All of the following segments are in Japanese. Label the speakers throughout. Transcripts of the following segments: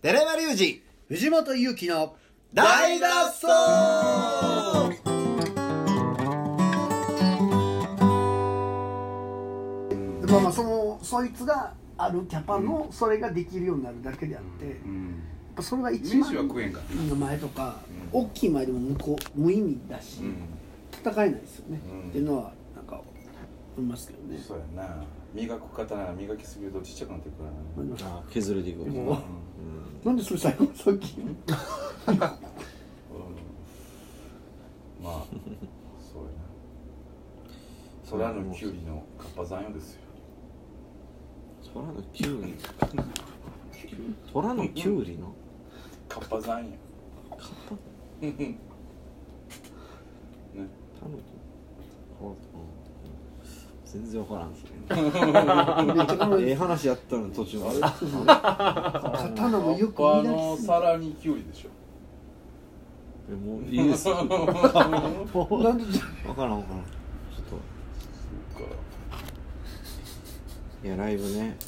Speaker 1: 寺山隆二
Speaker 2: 藤本勇樹の
Speaker 1: 大脱走
Speaker 2: まあまあそのそいつがあるキャパのそれができるようになるだけであって、やっぱそれが一
Speaker 3: 飯は食えん
Speaker 2: 番
Speaker 3: から
Speaker 2: の前とか、大きい前でも向こう無意味だし、戦えないですよね、
Speaker 3: うん
Speaker 2: っていうのはなんか思いますけどね、
Speaker 3: そうやな磨く方なら磨きすぎるとちっちゃくなってくるから
Speaker 2: まあでも
Speaker 4: あ削れていく
Speaker 2: もなんでそれ最後さっき
Speaker 3: なまあそうやな空のキュウリのカッパ山用ですよ
Speaker 4: 虎のキュウリ虎のキュウリの
Speaker 3: カッパ山や
Speaker 4: カッパ
Speaker 3: ね
Speaker 4: タヌキほうん全然わからんっすね
Speaker 2: めっちゃ 考え
Speaker 4: え
Speaker 2: て
Speaker 4: え話やったのに途中あれ
Speaker 2: 刀もよく
Speaker 3: カッ
Speaker 2: 見出
Speaker 3: パの
Speaker 2: しすぎ
Speaker 3: さらにキュウリでしょ
Speaker 4: えもういいですわからんわ
Speaker 2: なんでじゃ
Speaker 4: からんちょっ
Speaker 3: そうか
Speaker 4: といやライブね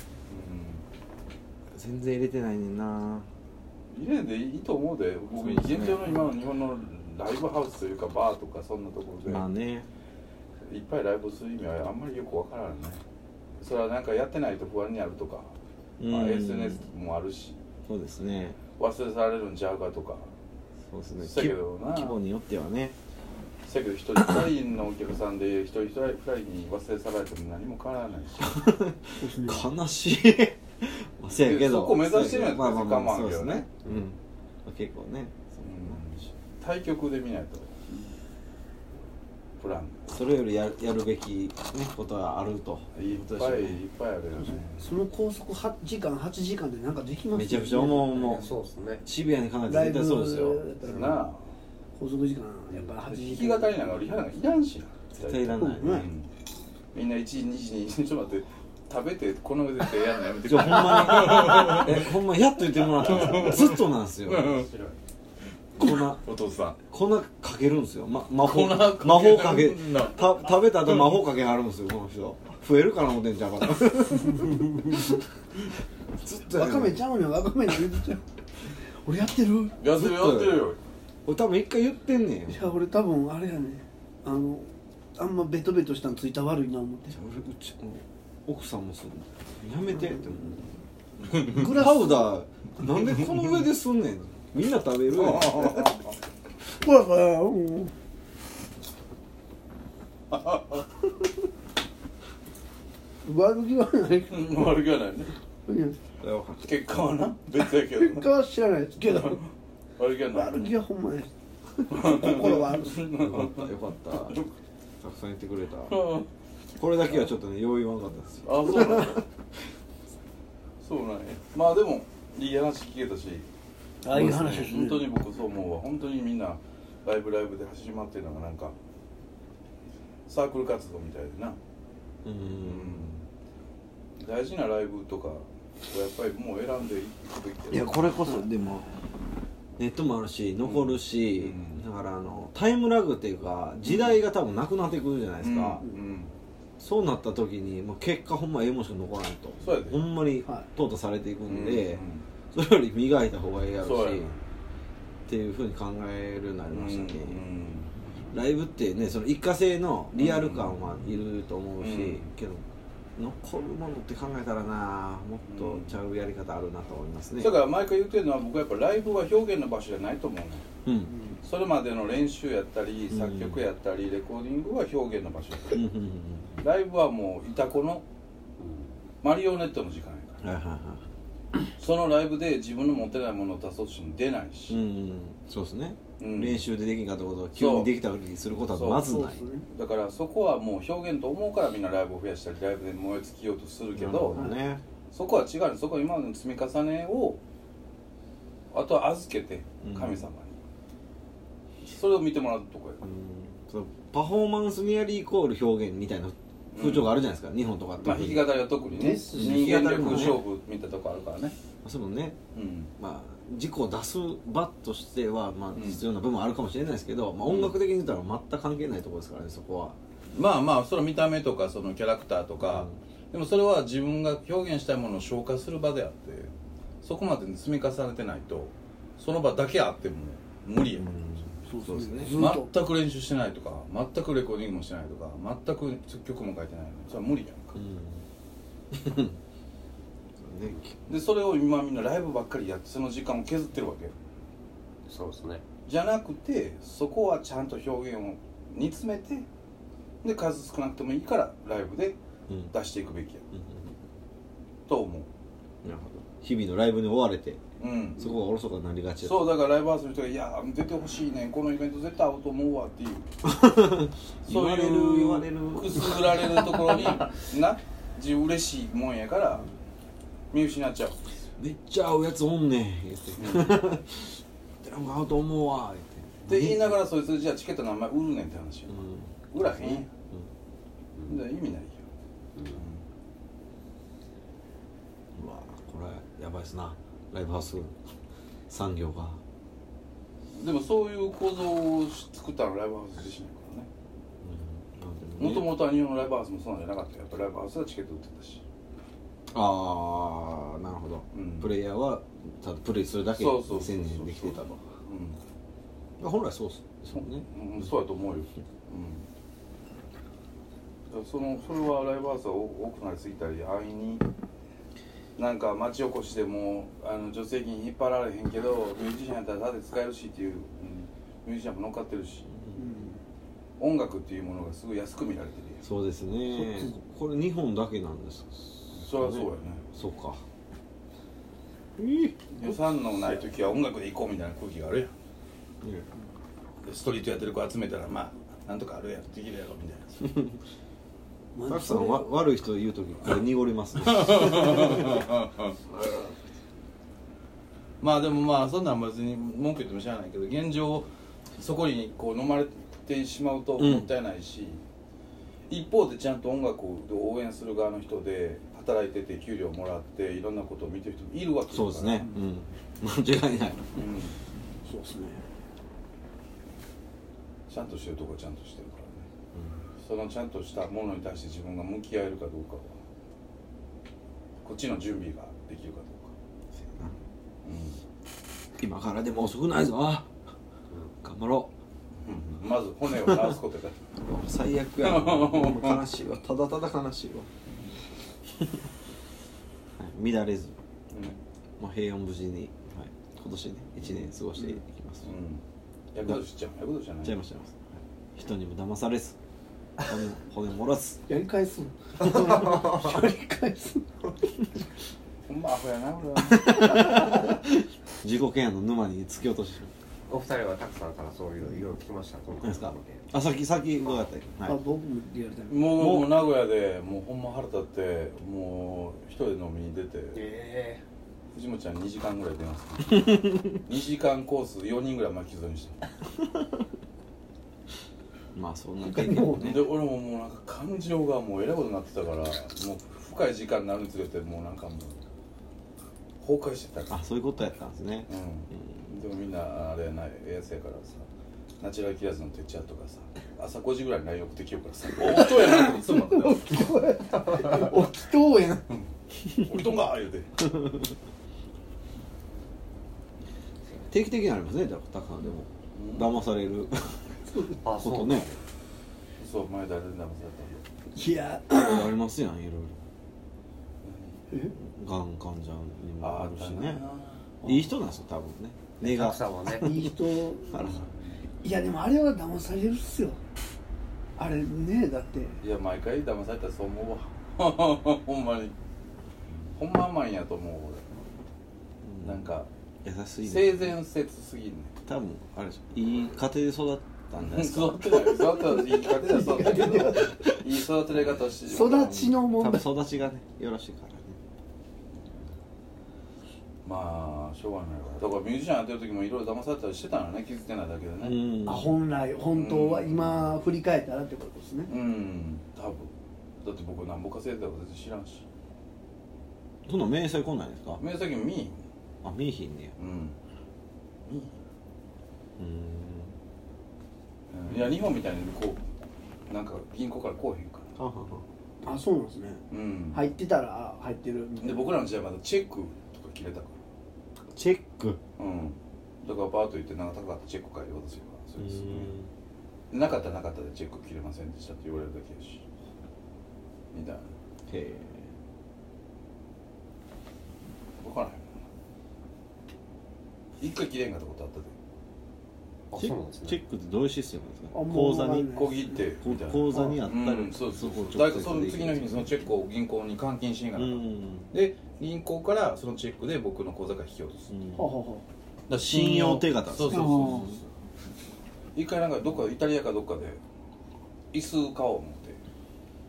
Speaker 4: 全然入れてないねんな
Speaker 3: うん入れんでいいと思うで僕
Speaker 4: そうですね
Speaker 3: 現状の今の日本のライブハウスというかバーとかそんなところで、
Speaker 4: まあね
Speaker 3: いっぱいライブする意味はあんまりよくわからんねそれはなんかやってないと不安になるとか、まあ、SNS もあるし
Speaker 4: そうですね
Speaker 3: 忘れ去られるんちゃうかとか
Speaker 4: そうですね
Speaker 3: せやけどな
Speaker 4: 規規模によってはね
Speaker 3: せやけど一人二人のお客さんで一人一人二人に忘れ去られても何も変わらないし
Speaker 4: 悲しいまあせやけど
Speaker 3: そこ目指してるんやった
Speaker 4: まあ
Speaker 3: ら
Speaker 4: まあまあ
Speaker 3: 我慢
Speaker 4: そ
Speaker 3: やけ
Speaker 4: うで
Speaker 3: ど
Speaker 4: す
Speaker 3: ね
Speaker 4: ねうんまあ結構
Speaker 3: う
Speaker 4: ね
Speaker 3: ん対局で見ないとプラン
Speaker 4: それよりややるべき、ね、ことがあると
Speaker 3: いっ
Speaker 4: こと
Speaker 3: ぱい
Speaker 4: でしょう
Speaker 3: いっぱいあるよね
Speaker 2: その拘束は時間8時間でなんかできます
Speaker 4: めちゃくちゃ思う思う
Speaker 5: そうですね
Speaker 4: シビアに考えたら
Speaker 2: ライブ
Speaker 4: 絶対そうですよ
Speaker 3: なあ
Speaker 2: 拘束時間やっぱ8
Speaker 3: 弾
Speaker 2: 時
Speaker 3: き語りなんかリハなんかいらんしな
Speaker 4: 絶対いらない、
Speaker 2: うん
Speaker 3: うんみんな1時2時にちょっと待って食べてこの上でやんのやめて
Speaker 4: じゃ あほんまにえほんまやっと言ってもらったんですよずっとなんですよ粉
Speaker 3: お父さん
Speaker 4: 粉かけるんですよ、ま、魔法
Speaker 3: 粉
Speaker 4: 魔
Speaker 3: かける
Speaker 4: 法かけ
Speaker 3: な
Speaker 4: た食べた後魔法かけはるんですよこの人増えるかな思てんちゃ うかなずっとや
Speaker 2: わ
Speaker 4: る
Speaker 2: かめちゃうねんわかめに言ってちゃう俺やってる
Speaker 3: やってるやってるよ
Speaker 4: 俺多分一回言ってんねんよ
Speaker 2: いや俺多分あれやねあのあんまベトベトしたのついた悪いな思って
Speaker 4: 俺うち奥さんもそうやめてって思う
Speaker 2: グ
Speaker 4: グ
Speaker 2: ラス
Speaker 4: ラパウダーなんでこの上ですんねんみんな食べるやん
Speaker 2: ほらほらもう悪気はないけ
Speaker 3: 悪くはないね
Speaker 2: どいや
Speaker 3: 結果はな別やけど
Speaker 2: 結果は知らないですけど
Speaker 3: 悪気はない
Speaker 2: 悪気はほんまない心はある
Speaker 4: よかったよかったたくさん言ってくれたこれだけはちょっとね用意わんかったですよ
Speaker 3: あそうなんやそうなんやまあでもいい話聞けたし
Speaker 2: ああいう話です
Speaker 3: 本
Speaker 2: ね
Speaker 3: 当に僕そう思うわ本当にみんなライブライブで始まってるのがなんかサークル活動みたいでな
Speaker 4: うーん
Speaker 3: うん大事なライブとかはやっぱりもう選んでいくべきだよ
Speaker 4: いやこれこそでもネットもあるし残るし、
Speaker 3: うん
Speaker 4: だからあのタイムラグっていうか時代が多分なくなってくるじゃないですか、
Speaker 3: うんうん
Speaker 4: そうなった時にもう結果ほんまええもんしか残らないと
Speaker 3: そうやで
Speaker 4: ほんまに
Speaker 2: は
Speaker 4: 淘汰されていくんで、
Speaker 3: う
Speaker 4: それより磨いた方がええやろ
Speaker 3: そうや
Speaker 4: し
Speaker 3: ね
Speaker 4: っていうふうに考えるようになり
Speaker 3: ん
Speaker 4: ましたね、
Speaker 3: うん
Speaker 4: ライブってねその一過性のリアル感はいると思うし、
Speaker 3: うん
Speaker 4: けど残るものって考えたらなもっとちゃうやり方あるなと思いますね
Speaker 3: だから毎回言ってるのは僕はやっぱライブは表現の場所じゃないと思うの
Speaker 4: うん
Speaker 3: それまでの練習やったり
Speaker 4: うん
Speaker 3: 作曲やったりレコーディングは表現の場所
Speaker 4: うんうんうん
Speaker 3: ライブはもういたこのマリオネットの時間やか
Speaker 4: うんはいはいは
Speaker 3: らそのライブで自分の持ってないものを出そうとしても出ない
Speaker 4: いうん
Speaker 3: し
Speaker 4: うんそうですね、
Speaker 3: うん
Speaker 4: 練習でできんかったことを急にできた時にすることはまず
Speaker 2: そう
Speaker 4: な
Speaker 2: で
Speaker 4: い
Speaker 2: すね
Speaker 3: だからそこはもう表現と思うからみんなライブを増やしたりライブで燃え尽きようとするけ
Speaker 4: なる
Speaker 3: ど
Speaker 4: ほどね
Speaker 3: そこは違うのそこは今までの積み重ねをあとは預けて神様に、それを見てもらうとこや
Speaker 4: うんそのパフォーマンスニアリーイコール表現みたいな風潮があるじゃないですか、日本とかって、
Speaker 3: まあ弾き語りは特にね
Speaker 2: ですし
Speaker 3: 人間
Speaker 4: 弾き語
Speaker 3: 力
Speaker 4: りもね
Speaker 3: 勝負みたいなとこあるからね
Speaker 4: そうもね
Speaker 3: うん
Speaker 4: まあ自己を出す場としては、ま
Speaker 3: ん
Speaker 4: あ、必要な部分はあるかもしれないですけど、まあ、音楽的に言ったら全く関係ないところですからねそこは
Speaker 3: まあまあその見た目とかそのキャラクターとか、でもそれは自分が表現したいものを消化する場であってそこまで積み重ねてないとその場だけあっても無理や、
Speaker 4: うんそうですね
Speaker 2: ずっと
Speaker 3: 全く練習してないとか全くレコーディングもしてないとか全く曲も書いてないのそれは無理やんか
Speaker 4: うんねき
Speaker 3: でそれを今みんなライブばっかりやってその時間を削ってるわけよ
Speaker 5: そうですね
Speaker 3: じゃなくてそこはちゃんと表現を煮詰めてで数少なくてもいいからライブで
Speaker 4: うん
Speaker 3: 出していくべきや
Speaker 4: うん
Speaker 3: と思
Speaker 4: なるほど日々のライブに追われて
Speaker 3: ううん
Speaker 4: そこがおろそかになりがちだ
Speaker 3: そう
Speaker 4: だ
Speaker 3: だからライブハウスの人が「いや出てほしいねんこのイベント絶対合うと思うわ」っていう そういう
Speaker 4: 言われる言われる
Speaker 3: くすぐられるとこ ろにな自分嬉しいもんやから見失っちゃう
Speaker 4: めっちゃ合うやつおんねん言って「なんか合うと思うわ」
Speaker 3: って
Speaker 4: 言って
Speaker 3: 言い
Speaker 4: な
Speaker 3: ながらそいつじゃあチケットの名前売るねんって話や
Speaker 4: うん
Speaker 3: 売らへんやん、だから意味ないよ
Speaker 4: うわこれやばいっすなライブハウス産業が
Speaker 3: でもそういう構造を作ったのはライブハウス自身やからねもと
Speaker 4: と
Speaker 3: もとは日本のライブハウスもそうなんじゃなかったよやっぱライブハウスはチケット売ってたし
Speaker 4: ああなるほど、
Speaker 3: うん
Speaker 4: プレイヤーはただプレイするだけ
Speaker 3: そうそうそう
Speaker 4: 専念できてたと
Speaker 3: うん
Speaker 4: 本来そうっす
Speaker 3: そ
Speaker 4: そううね
Speaker 3: うん、そうやと思うよ、うん、だからそのそれはライブハウスは多多くなりすぎたり安易になんか町おこしでもあの助成金引っ張られへんけどミュージシャンやったらだで使えるしっていう、うんミュージシャンも乗っかってるし音楽っていうものがすごい安く見られてるやん
Speaker 4: そうですね
Speaker 2: そっち
Speaker 4: これ日本だけなんです
Speaker 3: それはそうやね
Speaker 4: そうか
Speaker 3: 予算のない時は音楽で行こうみたいな空気があるやんでストリートやってる子集めたらまあなんとかあるやんできるやろみたいな
Speaker 2: まあ
Speaker 4: サクさんわ悪い人言う時これ濁 りますね
Speaker 3: まあでもまあそんなん別に文句言っても知らないけど現状そこにこう飲まれてしまうと
Speaker 4: うん
Speaker 3: もったいないし、一方でちゃんと音楽を応援する側の人で働いてて給料もらっていろんなことを見てる人もいるわけだから
Speaker 4: そうですね、うん、間
Speaker 3: う
Speaker 4: 違いない
Speaker 3: ん、
Speaker 2: そうですね
Speaker 3: ちゃんとしてるとこはちゃんとしてるからね、そのちゃんとしたものに対して自分が向き合えるかどうかはこっちの準備ができるかどう
Speaker 4: 今からでも遅くないぞ頑張ろ
Speaker 3: か、うんうんまず骨を治すことだ
Speaker 4: ううわ最悪 やなもう悲しいわただただ悲しいわはい乱れず
Speaker 3: うん
Speaker 4: まあ、平穏無事に、はい、今年ね1年過ごしていきます、
Speaker 3: うん。役年ちゃう。役年じゃない。
Speaker 4: ちゃいますちゃいます、はい人にも騙されず骨も 骨も折らず
Speaker 2: やり返すの やり返すの
Speaker 3: ほんまアホやな 俺は。
Speaker 4: 自己嫌悪の沼に突き落としてる
Speaker 5: お二人はたくさんからそういうのいろいろ聞きました今
Speaker 4: 何
Speaker 5: 回
Speaker 4: ですかあさっきさっき伺ったけど、
Speaker 2: あ
Speaker 4: はい、
Speaker 2: 僕もリアルタイム
Speaker 3: もうもう名古屋でもうほんま腹立ってもう一人で飲みに出て
Speaker 5: え
Speaker 3: 藤本ちゃん2時間ぐらい出ます。2時 間コース4人ぐらい巻き添えにした。
Speaker 4: まあそんな経験もね
Speaker 3: で俺ももうなんか感情がもうえらいことになってたからもう深い時間になるにつれてもうなんかもう崩壊してたから
Speaker 4: あ。そういうことやったんですね
Speaker 3: うん、でもみんなあれやないやつやからさナチュラルキラーズのてっちゃんとかさ朝5時ぐらいに LINE 送ってきようから さ「おっとうやな」っていつもなって
Speaker 2: 起きとうやん
Speaker 3: 「おとんが」言うて
Speaker 4: 定期的にありますねだからたくさんでも騙される
Speaker 5: えあ
Speaker 4: こ
Speaker 5: そ
Speaker 4: と
Speaker 5: う
Speaker 4: ね
Speaker 3: そう前誰に騙されたの
Speaker 2: いや
Speaker 4: ありますやんいろい
Speaker 2: え
Speaker 4: ろがん患者にも
Speaker 3: あ
Speaker 4: あ
Speaker 3: あ
Speaker 4: る
Speaker 3: った
Speaker 4: し
Speaker 3: ね
Speaker 4: ねいい人なんですよ多分ね根
Speaker 5: た
Speaker 4: が
Speaker 5: くさんはね
Speaker 2: いい人
Speaker 4: 原さん
Speaker 2: いやでもあれは騙されるっすよあれねだって
Speaker 3: いや毎回騙されたらそう思うわ ほんまにほんま甘いんやと思う
Speaker 4: うん
Speaker 3: 俺なんか
Speaker 4: 優しいね
Speaker 3: 性善説すぎんねん
Speaker 4: 多分あれでしょいい家庭で育ったんじゃないです
Speaker 3: 育
Speaker 4: か
Speaker 3: ってない育ってないいい家庭では育ってないけどいい育てられ方をしてしまった
Speaker 2: 育ちの
Speaker 4: 多
Speaker 2: 問題
Speaker 4: 分育ちがねよろしいからね
Speaker 3: まあしょうがないわだからミュージシャンやってる時もいろいろ騙されたりしてたのね気づいてないだけでね
Speaker 4: ん
Speaker 2: あ本来本当は今振り返ったらってことですね
Speaker 3: うん、多分だって僕なんぼ稼いでたか全然知らんし
Speaker 4: そんな明細来ないんですか
Speaker 3: 明細見い
Speaker 4: あ見えひんねや
Speaker 3: うん
Speaker 4: うん
Speaker 3: うんいや日本みたいにこうなんか銀行からこうへんか
Speaker 4: ははは
Speaker 2: あそうなんですね
Speaker 3: らうん
Speaker 2: 入ってたらあ入ってるみたい
Speaker 3: で
Speaker 2: な
Speaker 3: 僕らの時代まだチェックとか切れたから
Speaker 4: チェック
Speaker 3: うんだからパーッと言ってなんか高かったチェック変えようとすればそううですね
Speaker 4: ん
Speaker 3: なかったらなかったでチェック切れませんでしたって言われるだけやしみたいな
Speaker 4: へ
Speaker 3: 分からへんもんな一回切れんかったことあったで
Speaker 5: あ
Speaker 4: え
Speaker 5: そ
Speaker 4: チ
Speaker 5: う
Speaker 4: ェ
Speaker 5: なん
Speaker 4: ッ
Speaker 5: です
Speaker 4: クチ
Speaker 5: ね
Speaker 4: ェックってどういうシステムなんですか
Speaker 2: あもう
Speaker 4: 口座に
Speaker 2: わ
Speaker 3: こう切ってみたいな
Speaker 4: 口座にあったら、
Speaker 3: うんそうそうそう
Speaker 4: こ
Speaker 3: だ
Speaker 4: を直
Speaker 3: から
Speaker 4: 接
Speaker 3: その次の日にそのチェックを銀行に換金しなが
Speaker 4: う
Speaker 3: ら、
Speaker 4: ん
Speaker 3: で銀行からそのチェックで僕の口座から引き落とす、
Speaker 4: う
Speaker 3: だか
Speaker 4: ん
Speaker 2: ほうほうほ
Speaker 4: ら信用手形
Speaker 3: らそうそうそうそうそう一回なんかどっかイタリアかどっかで椅子買おう思っ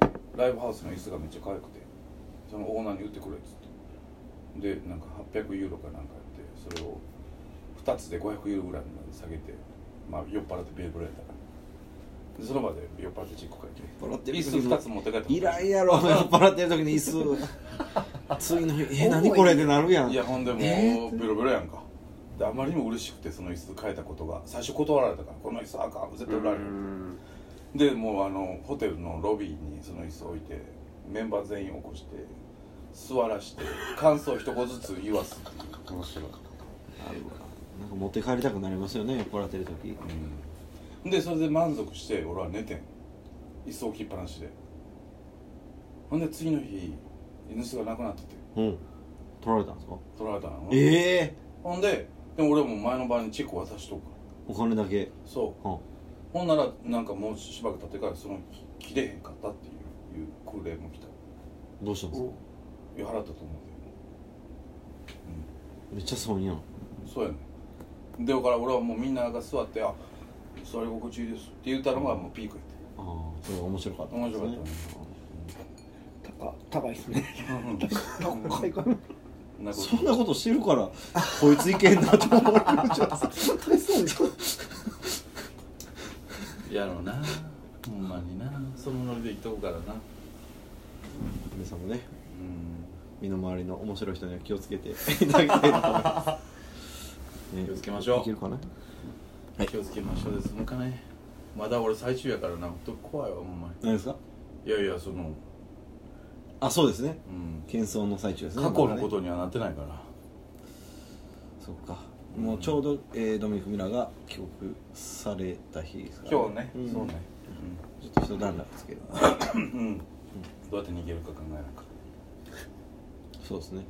Speaker 3: てライブハウスの椅子がめっちゃ可愛くてそのオーナーに売ってくれっつってでなんか800ユーロかなんかやってそれを2つで500ユーロぐらいまで下げてまあ酔っ払ってベーブレーだからでその場で酔っ払ってチェック書いて
Speaker 4: 酔っ払ってる
Speaker 3: 椅子2つ持って帰って
Speaker 4: いらんやろ酔っ払ってる時に 椅子次の日「え何これ?」ってなるやん
Speaker 3: いやほんでも
Speaker 4: え
Speaker 3: うベロベロやんかであまりにも嬉しくてその椅子変えたことが最初断られたからこの椅子あかん絶対売られる
Speaker 5: ん
Speaker 3: でもうあのホテルのロビーにその椅子置いてメンバー全員起こして座らして感想一言ずつ言わすっていう
Speaker 5: 面白い
Speaker 4: あるわなんか持って帰りたくなりますよね酔っ払ってる時
Speaker 3: うん、でそれで満足して俺は寝てん椅子置きっぱなしでほんで次の日犬主が亡くなってて
Speaker 4: うん取られたんですか
Speaker 3: 取られたの
Speaker 4: ええ
Speaker 3: ほんででも俺も前の晩にチェック渡しとくから
Speaker 4: お金だけ
Speaker 3: そう
Speaker 4: うん
Speaker 3: ほんならなんかもうしばらく経ってからその切れへんかったっていういうクレーム来た
Speaker 4: どうしたんですか
Speaker 3: いや払ったと思う
Speaker 4: めっちゃ損やん
Speaker 3: でそうやねんでだから俺はもうみんなが座って「あ座り心地いいです」って言ったのがもうピークやっ
Speaker 4: ああそれが面白かった
Speaker 3: 面白かったね
Speaker 2: う高高いですね
Speaker 3: て
Speaker 2: 高いかな
Speaker 3: な
Speaker 4: そんなことしてるからこいついけんなと思う
Speaker 2: 高そうです
Speaker 3: とやろうなほんまになそのノリでいっとくからな
Speaker 4: 皆さんもね
Speaker 3: うん
Speaker 4: 身の回りの面白い人には気をつけていただきたいと思 います、ね
Speaker 3: 気をつけましょう
Speaker 4: いけるかな
Speaker 3: 気をつけましょうですむかねまだ俺最終やからなほんと怖いわほんまに
Speaker 4: 何ですか
Speaker 3: いやいやその
Speaker 4: あそうですね
Speaker 3: うん
Speaker 4: 喧騒の最中ですね
Speaker 3: 過去の
Speaker 4: まだ
Speaker 3: こ
Speaker 4: ね
Speaker 3: とにはなってないから、
Speaker 4: そうかもうちょうど、えードミニク・ミラーが帰国された日ですから、
Speaker 3: 今日ね、
Speaker 4: ん
Speaker 3: そうね、
Speaker 4: ちょっと一段落ですけど
Speaker 3: うんうん、どうやって逃げるか考えなきゃ
Speaker 4: そうですね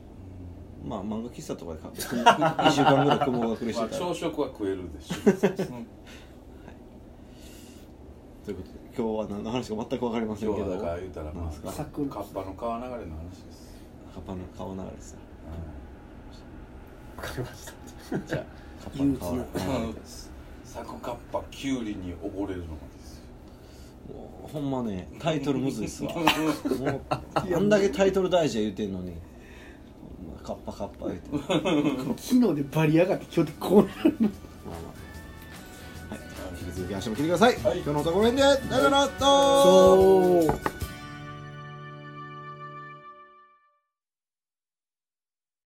Speaker 4: まあ漫画喫茶とかで買って1 週間ぐらい雲が苦しい
Speaker 3: まあ、
Speaker 4: から、
Speaker 3: 朝食は食えるで しょう、うん
Speaker 4: ということで今日は何の話か全く分かりません
Speaker 3: 今
Speaker 4: け
Speaker 3: 日
Speaker 4: ど
Speaker 3: はだから言うたらま
Speaker 4: なんです
Speaker 3: あ
Speaker 4: か
Speaker 3: カッパの川流れの話です、
Speaker 4: カパの顔流れですよ
Speaker 5: わかりました
Speaker 4: じゃあカパ
Speaker 2: 憂
Speaker 4: の
Speaker 2: 鬱な
Speaker 4: 顔流
Speaker 3: う
Speaker 4: れ
Speaker 3: ん、サクカッパキュウリに溺れるのがですよ
Speaker 4: もうほんまねタイトルむずい っすわもうあんだけタイトル大事や言うてんのにほんまカッパカッパ言うてまあ
Speaker 2: 昨日でバリ上がって今日でこうなる
Speaker 4: まあはい引き続き足も聞いてください、今日のところでさよなら
Speaker 2: そう